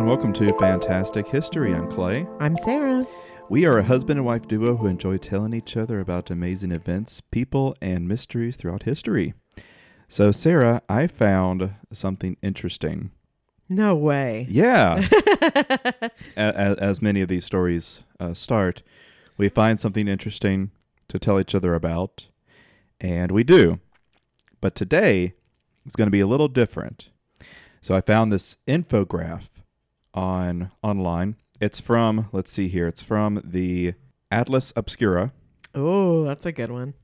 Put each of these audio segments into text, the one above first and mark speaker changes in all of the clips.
Speaker 1: Welcome to Fantastic History. I'm Clay.
Speaker 2: I'm Sarah.
Speaker 1: We are a husband and wife duo who enjoy telling each other about amazing events, people, and mysteries throughout history. So, Sarah, I found something interesting.
Speaker 2: No way.
Speaker 1: Yeah. as, as many of these stories uh, start, we find something interesting to tell each other about, and we do. But today is going to be a little different. So I found this infograph on online. It's from let's see here. It's from the Atlas Obscura,
Speaker 2: Oh, that's a good one.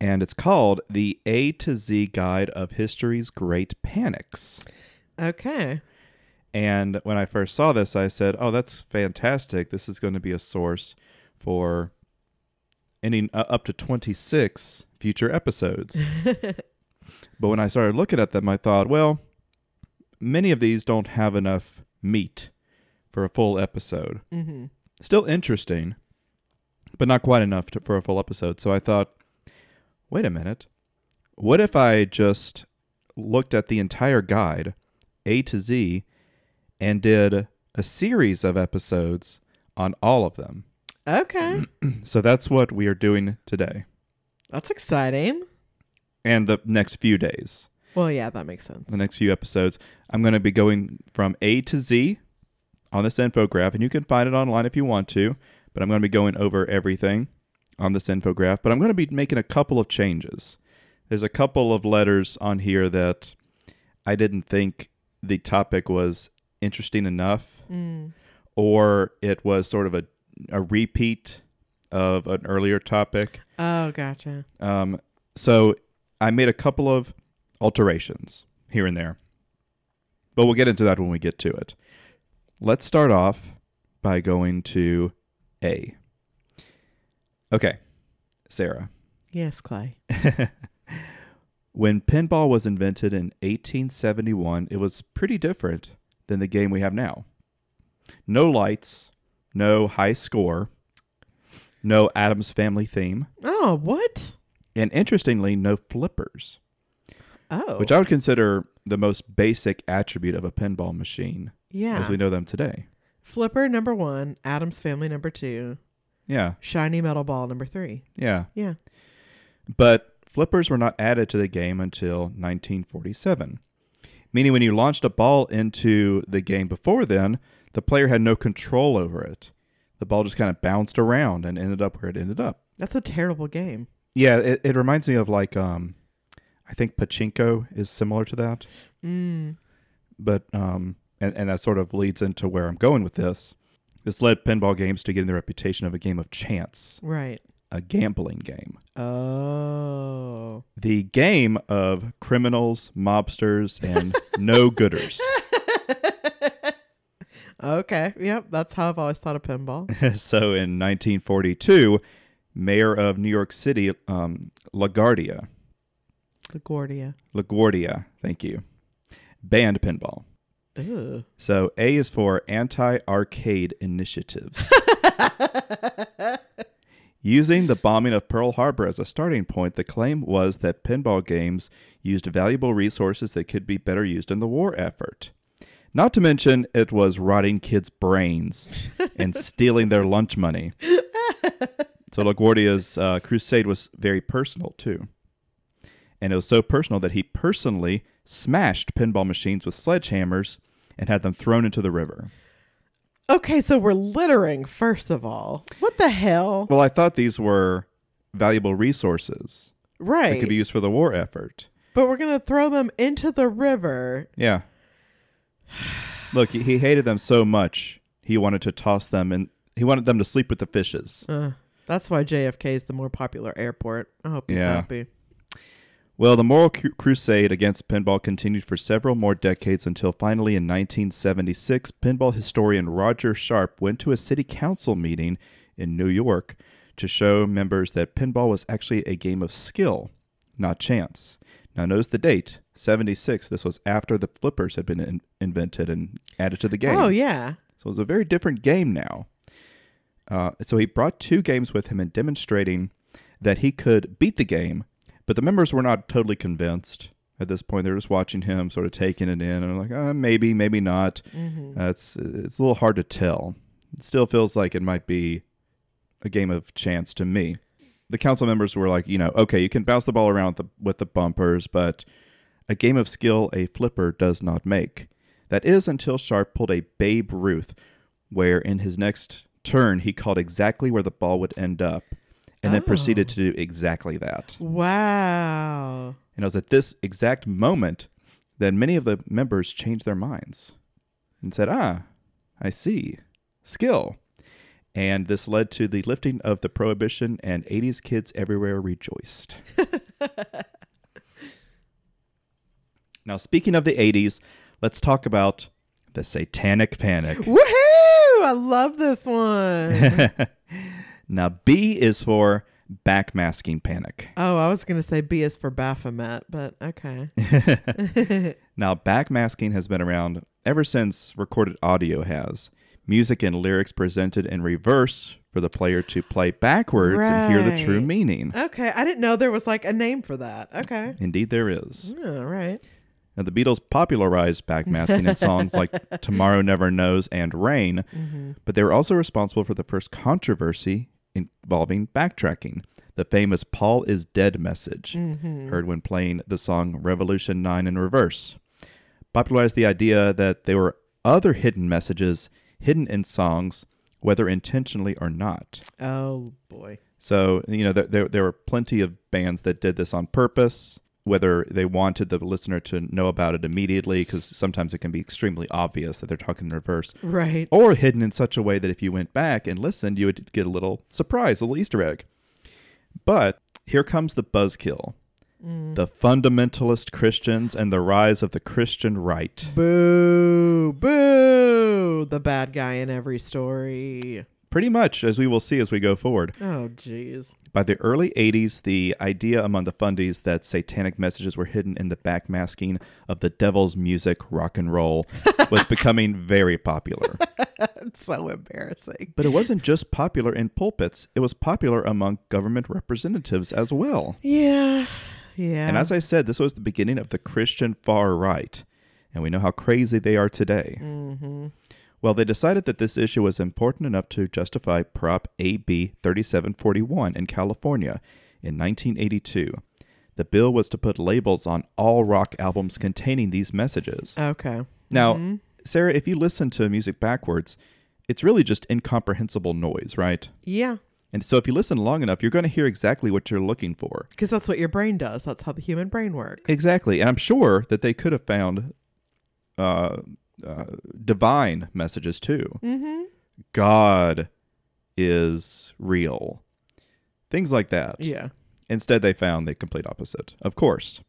Speaker 1: and it's called the A to Z Guide of History's Great Panics.
Speaker 2: Okay.
Speaker 1: And when I first saw this, I said, "Oh, that's fantastic! This is going to be a source for any uh, up to 26 future episodes." but when I started looking at them, I thought, "Well, many of these don't have enough meat for a full episode.
Speaker 2: Mm-hmm.
Speaker 1: Still interesting, but not quite enough to, for a full episode." So I thought, "Wait a minute! What if I just looked at the entire guide, A to Z?" and did a series of episodes on all of them.
Speaker 2: Okay.
Speaker 1: So that's what we are doing today
Speaker 2: that's exciting.
Speaker 1: and the next few days,
Speaker 2: Well, yeah, that makes sense.
Speaker 1: the next few episodes. I'm going to be going from A to Z on this infograph, and you can find it online if you want to, but I'm going to be going over everything on this infograph. But I'm going to be making a couple of changes. There's a couple of letters on here that I didn't think the topic was interesting enough.
Speaker 2: Mm.
Speaker 1: or it was sort of a, a repeat of an earlier topic.
Speaker 2: Oh, gotcha.
Speaker 1: Um, so I made a couple of alterations here and there, but we'll get into that when we get to it. Let's start off by going to A. Okay, Sarah.
Speaker 2: Yes, Clay.
Speaker 1: When pinball was invented in 1871, it was pretty different than the game we have now. No lights, no high score, no Adams family theme,
Speaker 2: Oh, what?
Speaker 1: and interestingly, no flippers,
Speaker 2: Oh,
Speaker 1: which I would consider the most basic attribute of a pinball machine
Speaker 2: yeah.
Speaker 1: as we know them today.
Speaker 2: Flipper number one, Adam's Family number two,
Speaker 1: Yeah,
Speaker 2: Shiny Metal Ball number three.
Speaker 1: yeah.
Speaker 2: Yeah.
Speaker 1: But flippers were not added to the game until 1947. Meaning, when you launched a ball into the game before then, the player had no control over it. The ball just kind of bounced around and ended up where it ended up.
Speaker 2: That's a terrible game.
Speaker 1: Yeah, it, it reminds me of like, um, I think Pachinko is similar to that.
Speaker 2: Mm.
Speaker 1: But, um, and, and that sort of leads into where I'm going with this. This led pinball games to getting the reputation of a game of chance,
Speaker 2: Right.
Speaker 1: a gambling game.
Speaker 2: Oh.
Speaker 1: the game of criminals, mobsters, and no gooders.
Speaker 2: Okay. Yep. That's how I've always thought of pinball.
Speaker 1: so in 1942, mayor of New York City, um, LaGuardia,
Speaker 2: LaGuardia.
Speaker 1: LaGuardia, thank you, banned pinball.
Speaker 2: Ew.
Speaker 1: So A is for anti arcade initiatives. Using the bombing of Pearl Harbor as a starting point, the claim was that pinball games used valuable resources that could be better used in the war effort. Not to mention, it was rotting kids' brains and stealing their lunch money. So LaGuardia's uh, crusade was very personal, too. And it was so personal that he personally smashed pinball machines with sledgehammers and had them thrown into the river.
Speaker 2: Okay, so we're littering, first of all. What the hell?
Speaker 1: Well, I thought these were valuable resources that
Speaker 2: Right.
Speaker 1: could be used for the war effort.
Speaker 2: but we're going to throw them into the river.
Speaker 1: Yeah. Look, he- he hated them so much, he wanted to toss them and he wanted them to sleep with the fishes.
Speaker 2: Uh, that's why JFK is the more popular airport. I hope he's
Speaker 1: Yeah.
Speaker 2: happy.
Speaker 1: Well, the moral cru- crusade against pinball continued for several more decades until finally in 1976, pinball historian Roger Sharp went to a city council meeting in New York to show members that pinball was actually a game of skill, not chance. Now, notice the date 76. This was after the flippers had been in- invented and added to the game.
Speaker 2: Oh, yeah.
Speaker 1: So it's a very different game now. Uh, so he brought two games with him and demonstrating that he could beat the game, but the members were not totally convinced. At this point, they're just watching him, sort of taking it in, and I'm like, uh, maybe, maybe not. Uh, it's it's a little hard to tell. It still feels like it might be a game of chance to me. The council members were like, you know, okay, you can bounce the ball around with the, with the bumpers, but a game of skill a flipper does not make. That is until Sharp pulled a Babe Ruth, where in his next turn he called exactly where the ball would end up, and then proceeded to do exactly that.
Speaker 2: Wow.
Speaker 1: And it was at this exact moment that many of the members changed their minds and said, Ah, I see. Skill. And this led to the lifting of the prohibition, and 80s kids everywhere rejoiced. now, speaking of the 80s, let's talk about the satanic panic.
Speaker 2: Woohoo! I love this one.
Speaker 1: now, B is for backmasking panic.
Speaker 2: oh, I was going to say B is for Baphomet, but okay.
Speaker 1: Now, backmasking has been around ever since recorded audio has. Music and lyrics presented in reverse for the player to play backwards and hear the true
Speaker 2: Right.
Speaker 1: meaning.
Speaker 2: Okay. I didn't know there was like a name for that. Okay.
Speaker 1: Indeed, there is.
Speaker 2: All right.
Speaker 1: Now, the Beatles popularized backmasking in songs like Tomorrow Never Knows and Rain, but they were also responsible for the first controversy involving backtracking the famous Paul is Dead message, heard when playing the song Revolution 9 in reverse. Popularized the idea that there were other hidden messages hidden in songs, whether intentionally or not.
Speaker 2: Oh, boy.
Speaker 1: So, you know, there, there, there were plenty of bands that did this on purpose, whether they wanted the listener to know about it immediately, because sometimes it can be extremely obvious that they're talking in reverse,
Speaker 2: Right.
Speaker 1: or hidden in such a way that if you went back and listened, you would get a little surprise, a little Easter egg. But here comes the buzzkill the fundamentalist Christians and the rise of the Christian right.
Speaker 2: Boo. Boo. The bad guy in every story.
Speaker 1: Pretty much, as we will see as we go forward.
Speaker 2: Oh, jeez.
Speaker 1: By the early 80s, the idea among the fundies that satanic messages were hidden in the backmasking of the devil's music, rock and roll, was becoming very popular.
Speaker 2: That's so embarrassing.
Speaker 1: But it wasn't just popular in pulpits, it was popular among government representatives as well.
Speaker 2: Yeah. Yeah.
Speaker 1: And as I said, this was the beginning of the Christian far right, and we know how crazy they are today. Well, they decided that this issue was important enough to justify Prop AB 3741 in California in 1982. The bill was to put labels on all rock albums containing these messages.
Speaker 2: okay.
Speaker 1: Now, Sarah, if you listen to music backwards, it's really just incomprehensible noise, right?
Speaker 2: Yeah.
Speaker 1: And so if you listen long enough, you're going to hear exactly what you're looking for.
Speaker 2: Because that's what your brain does. That's how the human brain works.
Speaker 1: Exactly. And I'm sure that they could have found uh, uh, divine messages too.
Speaker 2: Mm-hmm.
Speaker 1: God is real. Things like that.
Speaker 2: Yeah.
Speaker 1: Instead, they found the complete opposite, of course.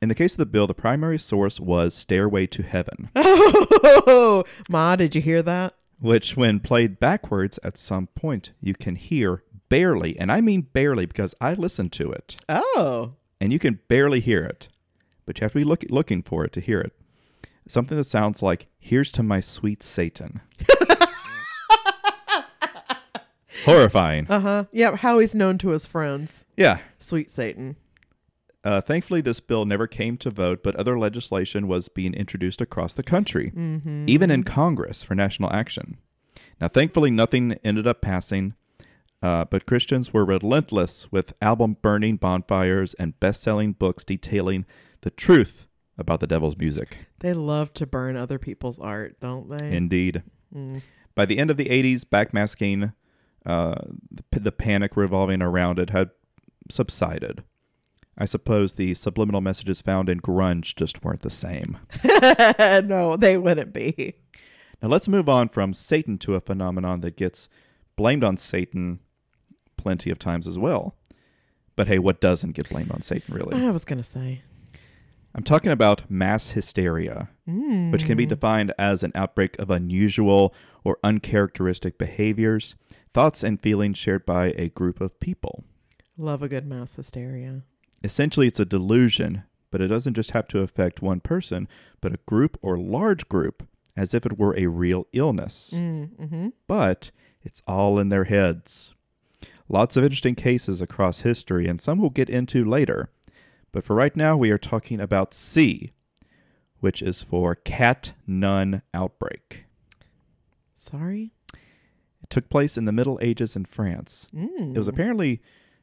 Speaker 1: In the case of the bill, the primary source was Stairway to Heaven,
Speaker 2: Oh, Ma, did you hear that?
Speaker 1: which, when played backwards at some point, you can hear barely. And I mean barely because I listened to it.
Speaker 2: Oh.
Speaker 1: and you can barely hear it, but you have to be look- looking for it to hear it. Something that sounds like "Here's to my sweet Satan." Horrifying.
Speaker 2: Uh huh. Yep. How he's known to his friends.
Speaker 1: Yeah.
Speaker 2: Sweet Satan.
Speaker 1: Uh, thankfully, this bill never came to vote, but other legislation was being introduced across the country, even in Congress for national action. Now, thankfully, nothing ended up passing, uh, but Christians were relentless with album burning bonfires and best selling books detailing the truth about the devil's music.
Speaker 2: They love to burn other people's art, don't they? Mm.
Speaker 1: Indeed. By the end of the 80s, backmasking, uh, the, p- the panic revolving around it had subsided. I suppose the subliminal messages found in grunge just weren't the same.
Speaker 2: no, they wouldn't be.
Speaker 1: Now let's move on from Satan to a phenomenon that gets blamed on Satan plenty of times as well. But hey, what doesn't get blamed on Satan, really?
Speaker 2: I was going to say.
Speaker 1: I'm talking about mass hysteria, which
Speaker 2: Mm.
Speaker 1: can be defined as an outbreak of unusual or uncharacteristic behaviors, thoughts, and feelings shared by a group of people.
Speaker 2: Love a good mass hysteria.
Speaker 1: Essentially, it's a delusion, but it doesn't just have to affect one person, but a group or large group, as if it were a real illness.
Speaker 2: Mm-hmm.
Speaker 1: But it's all in their heads. Lots of interesting cases across history, and some we'll get into later. But for right now, we are talking about C, which is for Cat Nun Outbreak.
Speaker 2: Sorry.
Speaker 1: It took place in the Middle Ages in France.
Speaker 2: Mm.
Speaker 1: It was apparently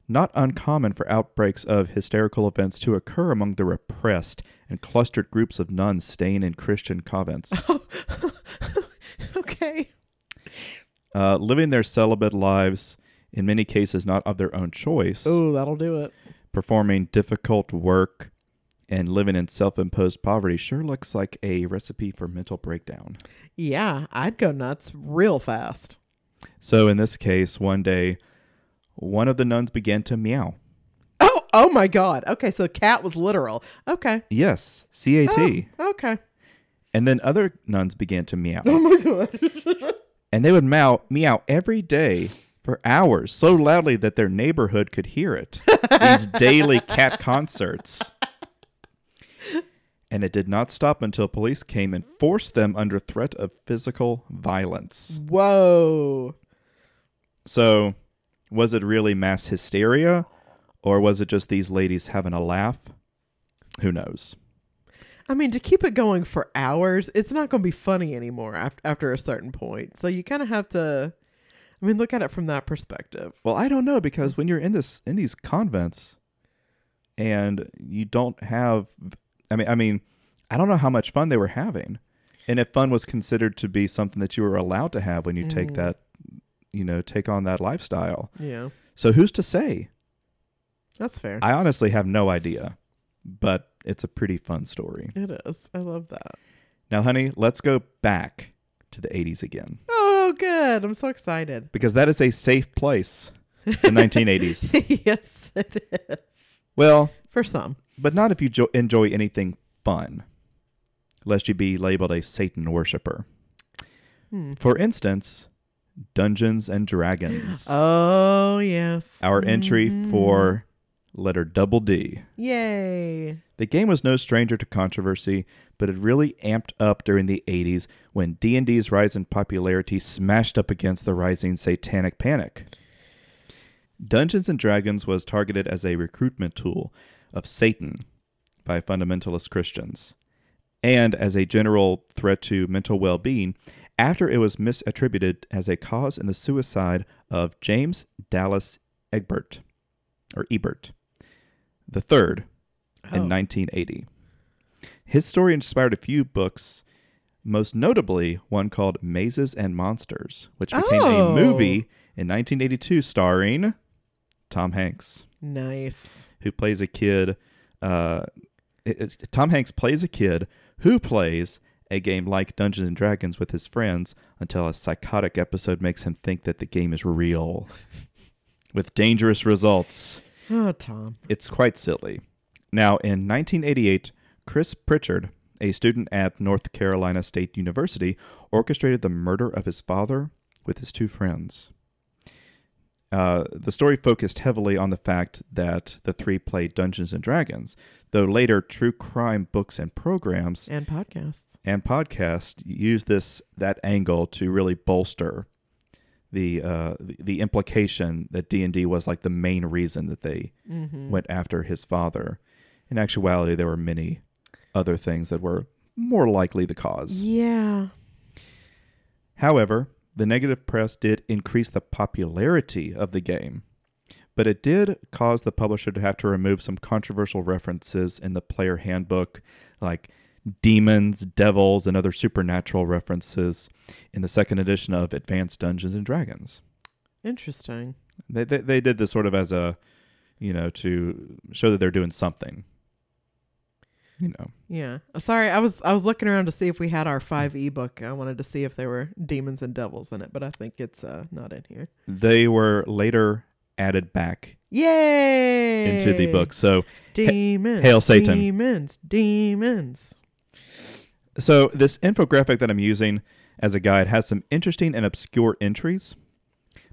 Speaker 1: not uncommon for outbreaks of hysterical events to occur among the repressed and clustered groups of nuns staying in Christian convents,
Speaker 2: okay.
Speaker 1: uh, living their celibate lives, in many cases not of their own choice,
Speaker 2: Oh, that'll do it.
Speaker 1: performing difficult work, and living in self imposed poverty. Sure looks like a recipe for mental breakdown.
Speaker 2: Yeah, I'd go nuts real fast.
Speaker 1: So, in this case, one day, one of the nuns began to meow.
Speaker 2: Oh, oh my God. Okay, so cat was literal. Okay.
Speaker 1: Yes, CAT.
Speaker 2: Oh, okay.
Speaker 1: And then other nuns began to meow.
Speaker 2: Oh my God.
Speaker 1: and they would meow, meow every day for hours so loudly that their neighborhood could hear it. These daily cat concerts. And it did not stop until police came and forced them under threat of physical violence.
Speaker 2: Whoa.
Speaker 1: So, was it really mass hysteria? Or was it just these ladies having a laugh? Who knows?
Speaker 2: I mean, to keep it going for hours, it's not going to be funny anymore after, after a certain point. So you kind of have to, I mean, look at it from that perspective.
Speaker 1: Well, I don't know because when you're in this in these convents and you don't have I mean I mean I don't know how much fun they were having. And if fun was considered to be something that you were allowed to have when you take that you know, take on that lifestyle.
Speaker 2: Yeah,
Speaker 1: So who's to say?
Speaker 2: that's fair.
Speaker 1: I honestly have no idea. But it's a pretty fun story.
Speaker 2: it is. I love that.
Speaker 1: Now, honey, let's go back to the 80s again
Speaker 2: Oh, good. I'm so excited.
Speaker 1: because that is a safe place. The 1980s.
Speaker 2: yes, it is.
Speaker 1: Well,
Speaker 2: For some.
Speaker 1: But not if you jo- enjoy anything fun, lest you be labeled a Satan worshiper.
Speaker 2: Hmm.
Speaker 1: For instance, Dungeons and Dragons.
Speaker 2: Oh, yes.
Speaker 1: Our entry
Speaker 2: Mhm.
Speaker 1: for letter double D.
Speaker 2: Yay.
Speaker 1: The game was no stranger to controversy, but it really amped up during the 80s when D&D's rise in popularity smashed up against the rising satanic panic. Dungeons and Dragons was targeted as a recruitment tool of Satan by fundamentalist Christians and as a general threat to mental well-being after it was misattributed as a cause in the suicide of James Dallas Egbert or Ebert the 3rd in
Speaker 2: Oh.
Speaker 1: 1980. His story inspired a few books, most notably one called Mazes and Monsters, which became
Speaker 2: Oh.
Speaker 1: a movie in 1982 starring Tom Hanks,
Speaker 2: Nice.
Speaker 1: who plays a kid. Uh, it- it's- Tom Hanks plays a kid who plays a game like Dungeons and Dragons with his friends until a psychotic episode makes him think that the game is real, with dangerous results.
Speaker 2: Oh, Tom.
Speaker 1: It's quite silly. Now, in 1988, Chris Pritchard, a student at North Carolina State University, orchestrated the murder of his father with his two friends. Uh, the story focused heavily on the fact that the three played Dungeons and Dragons, though later true crime books and programs
Speaker 2: And podcasts.
Speaker 1: and podcasts use this that angle to really bolster the uh, the, the implication that D and D was like the main reason that they
Speaker 2: Mm-hmm.
Speaker 1: went after his father. In actuality, there were many other things that were more likely the cause.
Speaker 2: Yeah.
Speaker 1: However, the negative press did increase the popularity of the game, but it did cause the publisher to have to remove some controversial references in the player handbook, like demons, devils, and other supernatural references in the second edition of Advanced Dungeons and Dragons.
Speaker 2: Interesting.
Speaker 1: They, they, they did this sort of as a, you know, to show that they're doing something. You know.
Speaker 2: Yeah. Uh, Sorry, I was I was looking around to see if we had our five ebook. I wanted to see if there were demons and devils in it, but I think it's uh not in here.
Speaker 1: They were later added back
Speaker 2: Yay!
Speaker 1: into the book. So
Speaker 2: Demons.
Speaker 1: Hail Satan.
Speaker 2: Demons. Demons.
Speaker 1: so this infographic that I'm using as a guide has some interesting and obscure entries,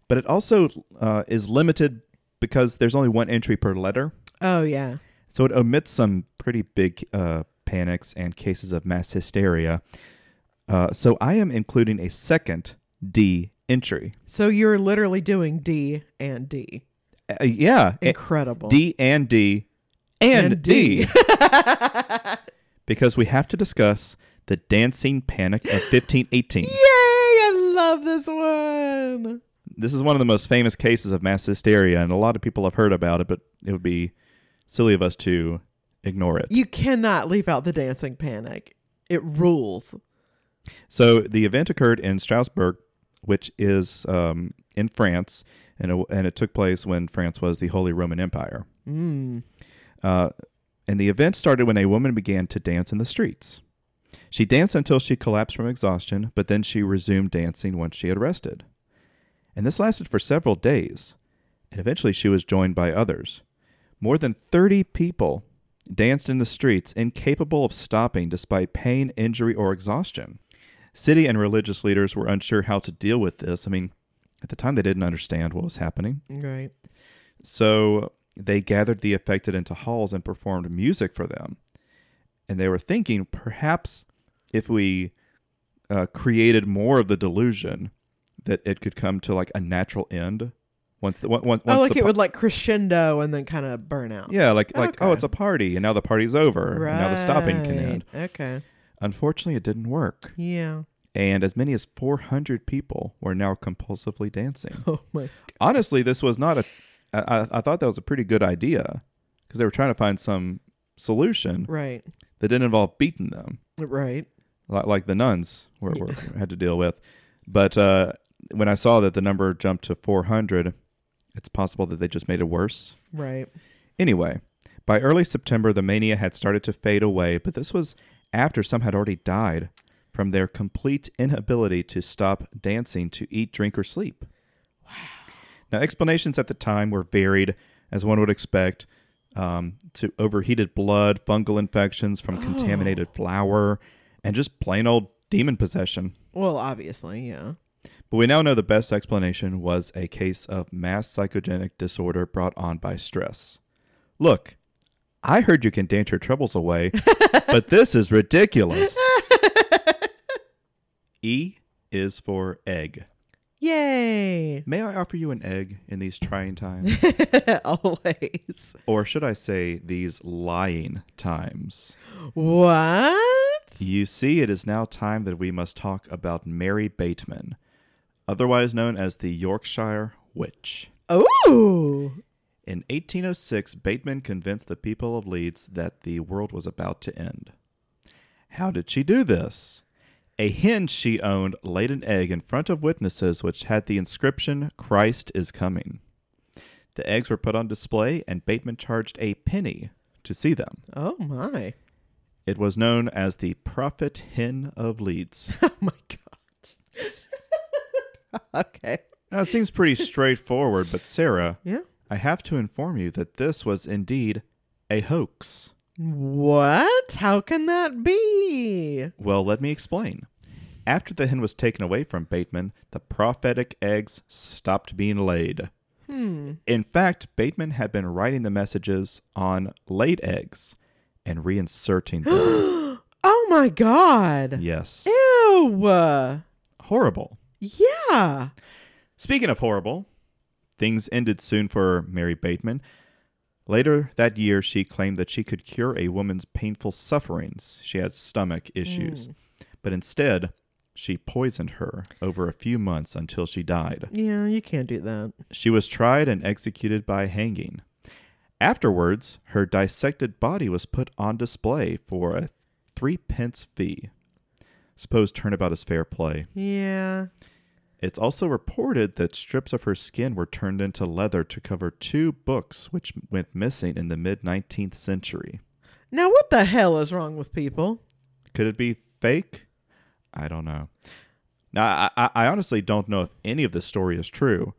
Speaker 1: but it also uh, is limited because there's only one entry per letter.
Speaker 2: Oh yeah.
Speaker 1: So it omits some pretty big uh, panics and cases of mass hysteria. Uh, so I am including a second D entry.
Speaker 2: So you're literally doing D and D.
Speaker 1: Uh, yeah,
Speaker 2: Incredible.
Speaker 1: D and D and, D.
Speaker 2: D.
Speaker 1: because we have to discuss the dancing panic of 1518.
Speaker 2: Yay! I love this one.
Speaker 1: This is one of the most famous cases of mass hysteria, and a lot of people have heard about it, but it would be silly of us to ignore it.
Speaker 2: You cannot leave out the dancing panic. It rules.
Speaker 1: So the event occurred in Strasbourg, which is um, in France, and it, and it took place when France was the Holy Roman Empire.
Speaker 2: Mm.
Speaker 1: Uh, and the event started when a woman began to dance in the streets. She danced until she collapsed from exhaustion, but then she resumed dancing once she had rested. And this lasted for several days, and eventually she was joined by others. More than 30 people danced in the streets, incapable of stopping despite pain, injury, or exhaustion. City and religious leaders were unsure how to deal with this. I mean, at the time, they didn't understand what was happening.
Speaker 2: Right.
Speaker 1: So they gathered the affected into halls and performed music for them. And they were thinking perhaps if we uh, created more of the delusion, that it could come to like a natural end once the once, once
Speaker 2: oh, like
Speaker 1: the
Speaker 2: it
Speaker 1: par-
Speaker 2: would like crescendo and then kind of burn out.
Speaker 1: yeah like like oh
Speaker 2: Okay.
Speaker 1: it's a party and now the party's over
Speaker 2: Right.
Speaker 1: and now the stopping can end.
Speaker 2: Okay.
Speaker 1: Unfortunately, it didn't work,
Speaker 2: Yeah.
Speaker 1: and as many as 400 people were now compulsively dancing.
Speaker 2: Oh my.
Speaker 1: honestly, this was not a. I, I- I thought that was a pretty good idea because they were trying to find some solution
Speaker 2: Right.
Speaker 1: that didn't involve beating them,
Speaker 2: Right.
Speaker 1: like, like the nuns were, were had to deal with. But uh, when I saw that the number jumped to 400, it's possible that they just made it worse.
Speaker 2: Right.
Speaker 1: Anyway, by early September, the mania had started to fade away, but this was after some had already died from their complete inability to stop dancing, to eat, drink, or sleep. Now, explanations at the time were varied, as one would expect, um, to overheated blood, fungal infections from contaminated flour, and just plain old demon possession.
Speaker 2: Well, obviously, yeah.
Speaker 1: But we now know the best explanation was a case of mass psychogenic disorder brought on by stress. Look, I heard you can dance your troubles away, but this is ridiculous. e is for egg.
Speaker 2: Yay.
Speaker 1: May I offer you an egg in these trying times?
Speaker 2: Always.
Speaker 1: or should I say, these lying times?
Speaker 2: What?
Speaker 1: You see, it is now time that we must talk about Mary Bateman, otherwise known as the Yorkshire Witch.
Speaker 2: Oh.
Speaker 1: In 1806, Bateman convinced the people of Leeds that the world was about to end. How did she do this? A hen she owned laid an egg in front of witnesses which had the inscription, Christ is coming. The eggs were put on display, and Bateman charged a penny to see them.
Speaker 2: Oh my.
Speaker 1: It was known as the Prophet Hen of Leeds.
Speaker 2: Oh my god. okay.
Speaker 1: now, it seems pretty straightforward, but Sarah,
Speaker 2: Yeah.
Speaker 1: I have to inform you that this was indeed a hoax.
Speaker 2: What? How can that be?
Speaker 1: Well, let me explain. After the hen was taken away from Bateman, the prophetic eggs stopped being laid.
Speaker 2: Hmm.
Speaker 1: In fact, Bateman had been writing the messages on laid eggs and reinserting them.
Speaker 2: oh my god.
Speaker 1: yes.
Speaker 2: Ew.
Speaker 1: Horrible.
Speaker 2: Yeah.
Speaker 1: Speaking of horrible, things ended soon for Mary Bateman. Later that year, she claimed that she could cure a woman's painful sufferings. She had stomach issues. But instead, she poisoned her over a few months until she died.
Speaker 2: Yeah, you can't do that.
Speaker 1: She was tried and executed by hanging. Afterwards, her dissected body was put on display for a threepence fee. Suppose turnabout is fair play.
Speaker 2: Yeah.
Speaker 1: It's also reported that strips of her skin were turned into leather to cover two books which went missing in the mid 19th century.
Speaker 2: Now what the hell is wrong with people?
Speaker 1: Could it be fake? I don't know. Now, I, I, I honestly don't know if any of this story is true,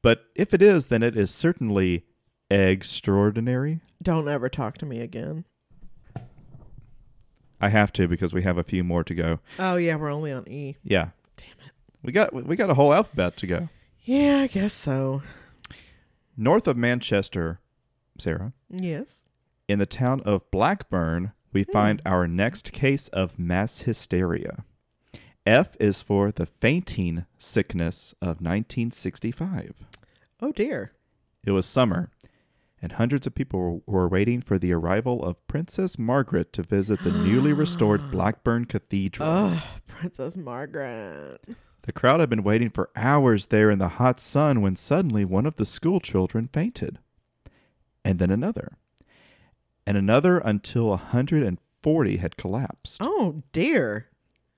Speaker 1: but if it is, then it is certainly extraordinary.
Speaker 2: Don't ever talk to me again.
Speaker 1: I have to because we have a few more to go.
Speaker 2: Oh yeah, we're only on E.
Speaker 1: Yeah. Damn it. We got we got a whole alphabet to go.
Speaker 2: Yeah, I guess so.
Speaker 1: North of Manchester, Sarah,
Speaker 2: Yes.
Speaker 1: in the town of Blackburn, we find our next case of mass hysteria. F is for the fainting sickness of 1965.
Speaker 2: Oh dear.
Speaker 1: It was summer, and hundreds of people were waiting for the arrival of Princess Margaret to visit the newly restored Blackburn Cathedral.
Speaker 2: Ugh, Princess Margaret.
Speaker 1: The crowd had been waiting for hours there in the hot sun when suddenly one of the school children fainted. And then another. And another until 140 had collapsed.
Speaker 2: Oh dear.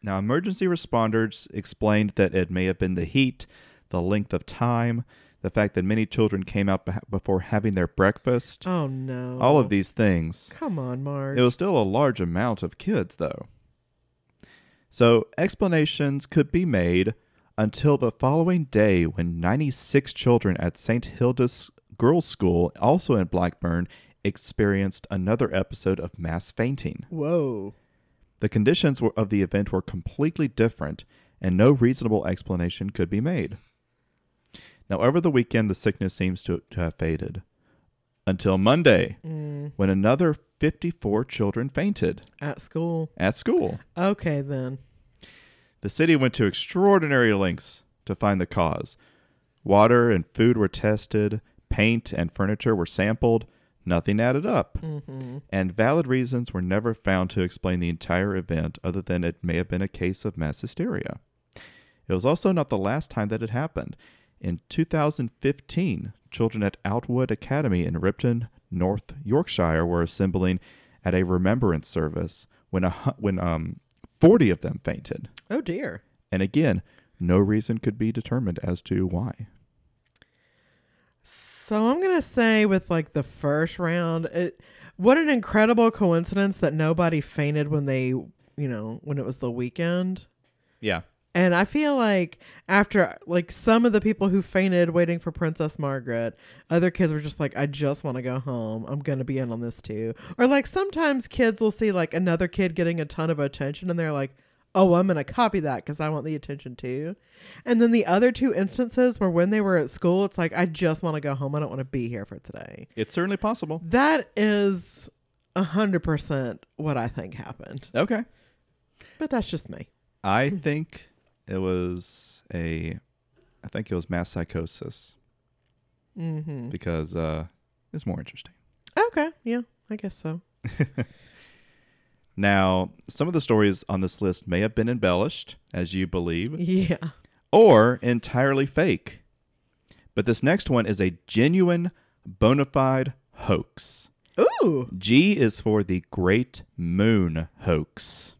Speaker 1: Now, emergency responders explained that it may have been the heat, the length of time, the fact that many children came out beh before having their breakfast,
Speaker 2: Oh no.
Speaker 1: all of these things.
Speaker 2: Come on, Marge.
Speaker 1: It was still a large amount of kids, though. So, explanations could be made until the following day when 96 children at St. Hilda's Girls' School, also in Blackburn, experienced another episode of mass fainting.
Speaker 2: Whoa.
Speaker 1: The conditions were- of the event were completely different, and no reasonable explanation could be made. Now, over the weekend, the sickness seems to, to have faded. Until Monday, when another 54 children fainted
Speaker 2: Mm, At school.
Speaker 1: at school.
Speaker 2: Okay then.
Speaker 1: The city went to extraordinary lengths to find the cause. Water and food were tested, paint and furniture were sampled, nothing added up.
Speaker 2: Mm-hmm.
Speaker 1: And valid reasons were never found to explain the entire event other than it may have been a case of mass hysteria. It was also not the last time that it happened. In 2015, children at Outwood Academy in Ripton, North Yorkshire, were assembling at a remembrance service when a hu- when um 40 of them fainted.
Speaker 2: Oh dear.
Speaker 1: And again, no reason could be determined as to why.
Speaker 2: So I'm gonna say with like the first round, it what an incredible coincidence that nobody fainted when they you know, when it was the weekend.
Speaker 1: Yeah.
Speaker 2: And I feel like after like some of the people who fainted waiting for Princess Margaret, other kids were just like, I just want to go home. I'm gonna be in on this too. Or like sometimes kids will see like another kid getting a ton of attention and they're like, Oh, I'm gonna copy that because I want the attention too. And then the other two instances were when they were at school, it's like, I just want to go home. I don't want to be here for today.
Speaker 1: It's certainly possible.
Speaker 2: That is a hundred percent what I think happened.
Speaker 1: Okay.
Speaker 2: But that's just me.
Speaker 1: I think it was a I think it was mass psychosis
Speaker 2: Mm-hmm.
Speaker 1: because uh it's more interesting.
Speaker 2: Okay, yeah, I guess so.
Speaker 1: Now, some of the stories on this list may have been embellished, as you believe,
Speaker 2: Yeah.
Speaker 1: or entirely fake. But this next one is a genuine bona fide hoax.
Speaker 2: Ooh.
Speaker 1: G is for the Great Moon Hoax,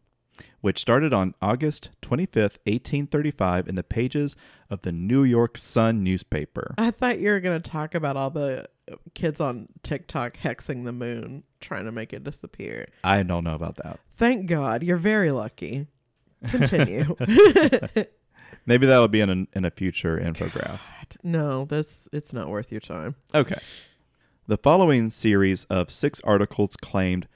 Speaker 1: which started on August 25th, 1835, in the pages of the New York Sun newspaper.
Speaker 2: I thought you were going to talk about all the kids on TikTok hexing the moon, trying to make it disappear.
Speaker 1: I don't know about that.
Speaker 2: Thank God. You're very lucky. Continue.
Speaker 1: Maybe that'll be in a, in a future infographic.
Speaker 2: no, that's it's not worth your time.
Speaker 1: Okay. The following series of six articles claimed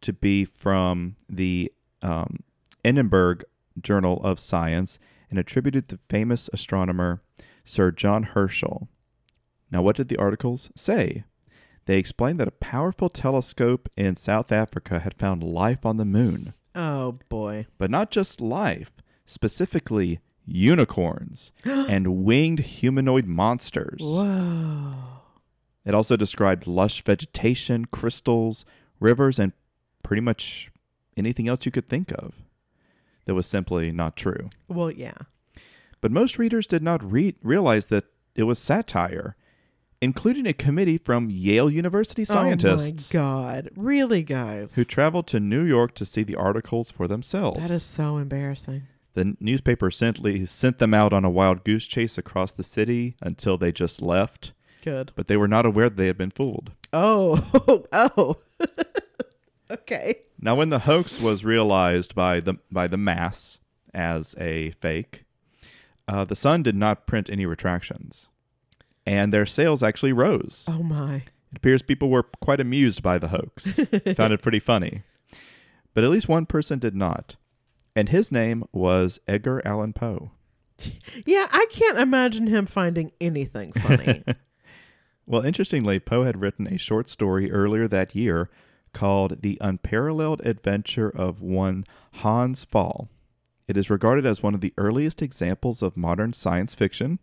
Speaker 1: to be from the um, Edinburgh Journal of Science and attributed to famous astronomer Sir John Herschel. Now, what did the articles say? They explained that a powerful telescope in South Africa had found life on the moon,
Speaker 2: Oh boy.
Speaker 1: but not just life, specifically unicorns and winged humanoid monsters.
Speaker 2: Whoa.
Speaker 1: It also described lush vegetation, crystals, rivers, and pretty much anything else you could think of that was simply not true.
Speaker 2: Well, yeah.
Speaker 1: But most readers did not re- realize that it was satire, including a committee from Yale University scientists
Speaker 2: Oh my god. Really, guys.
Speaker 1: who traveled to New York to see the articles for themselves.
Speaker 2: that is so embarrassing.
Speaker 1: the newspaper simply sent them out on a wild goose chase across the city until they just left,
Speaker 2: Good.
Speaker 1: but they were not aware that they had been fooled.
Speaker 2: Oh. oh. okay.
Speaker 1: Now, when the hoax was realized by the by the mass as a fake, uh, the Sun did not print any retractions, and their sales actually rose.
Speaker 2: Oh my.
Speaker 1: It appears people were quite amused by the hoax, found it pretty funny, but at least one person did not, and his name was Edgar Allan Poe.
Speaker 2: Yeah, I can't imagine him finding anything funny.
Speaker 1: Well, interestingly, Poe had written a short story earlier that year called The Unparalleled Adventure of One Hans Fall. It is regarded as one of the earliest examples of modern science fiction,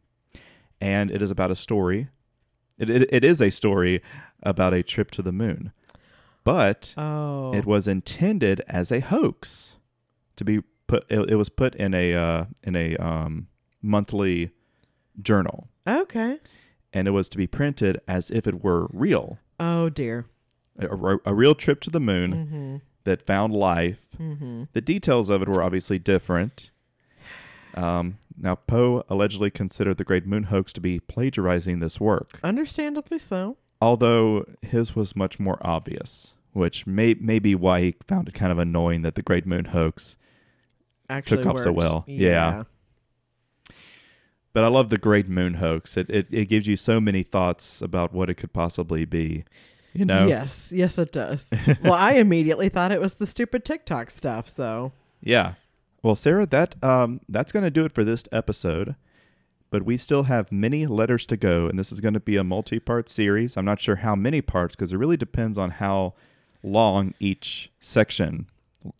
Speaker 1: and it is about a story It, it, it is a story about a trip to the moon, but
Speaker 2: Oh.
Speaker 1: it was intended as a hoax to be put. It, it was put in a uh, in a um, monthly journal,
Speaker 2: okay.
Speaker 1: and it was to be printed as if it were real,
Speaker 2: Oh dear.
Speaker 1: a, a- a real trip to the moon
Speaker 2: Mm-hmm.
Speaker 1: that found life.
Speaker 2: Mm-hmm.
Speaker 1: The details of it were obviously different. Um, now, Poe allegedly considered the Great Moon hoax to be plagiarizing this work,
Speaker 2: Understandably so.
Speaker 1: although his was much more obvious, which may, may be why he found it kind of annoying that the Great Moon hoax.
Speaker 2: Actually
Speaker 1: off so
Speaker 2: worked.
Speaker 1: well. Yeah. But I love the Great Moon hoax. It, it, it gives you so many thoughts about what it could possibly be, you know?
Speaker 2: Yes. Yes, it does. well, I immediately thought it was the stupid TikTok stuff. So
Speaker 1: Yeah. Well, Sarah, that um, that's going to do it for this episode. But we still have many letters to go, and this is going to be a multi-part series. I'm not sure how many parts because it really depends on how long each section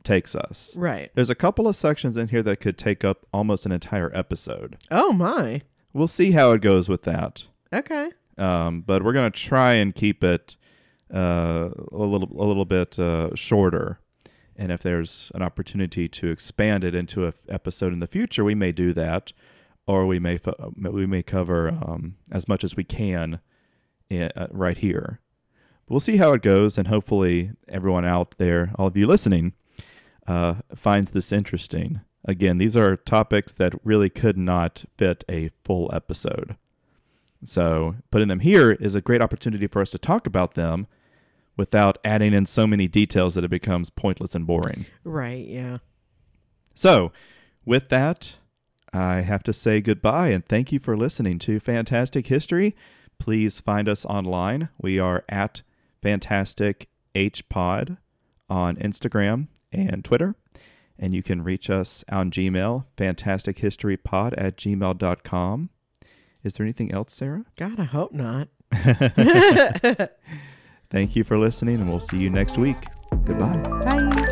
Speaker 1: takes us.
Speaker 2: right.
Speaker 1: There's a couple of sections in here that could take up almost an entire episode.
Speaker 2: Oh my.
Speaker 1: We'll see how it goes with that.
Speaker 2: Okay.
Speaker 1: Um, but we're going to try and keep it uh, a little a little bit uh, shorter. And if there's an opportunity to expand it into an episode in the future, we may do that, or we may fo- we may cover um, as much as we can i- uh, right here. We'll see how it goes, and hopefully everyone out there, all of you listening, uh, finds this interesting. Again, these are topics that really could not fit a full episode. So putting them here is a great opportunity for us to talk about them without adding in so many details that it becomes pointless and boring.
Speaker 2: Right. Yeah.
Speaker 1: So with that, I have to say goodbye and thank you for listening to Fantastic History. Please find us online. We are at Fantastic H Pod on Instagram and Twitter. And you can reach us on Gmail, fantastichistorypod at gmail.com. Is there anything else, Sarah?
Speaker 2: God, I hope not.
Speaker 1: Thank you for listening, and we'll see you next week. Goodbye.
Speaker 2: Bye.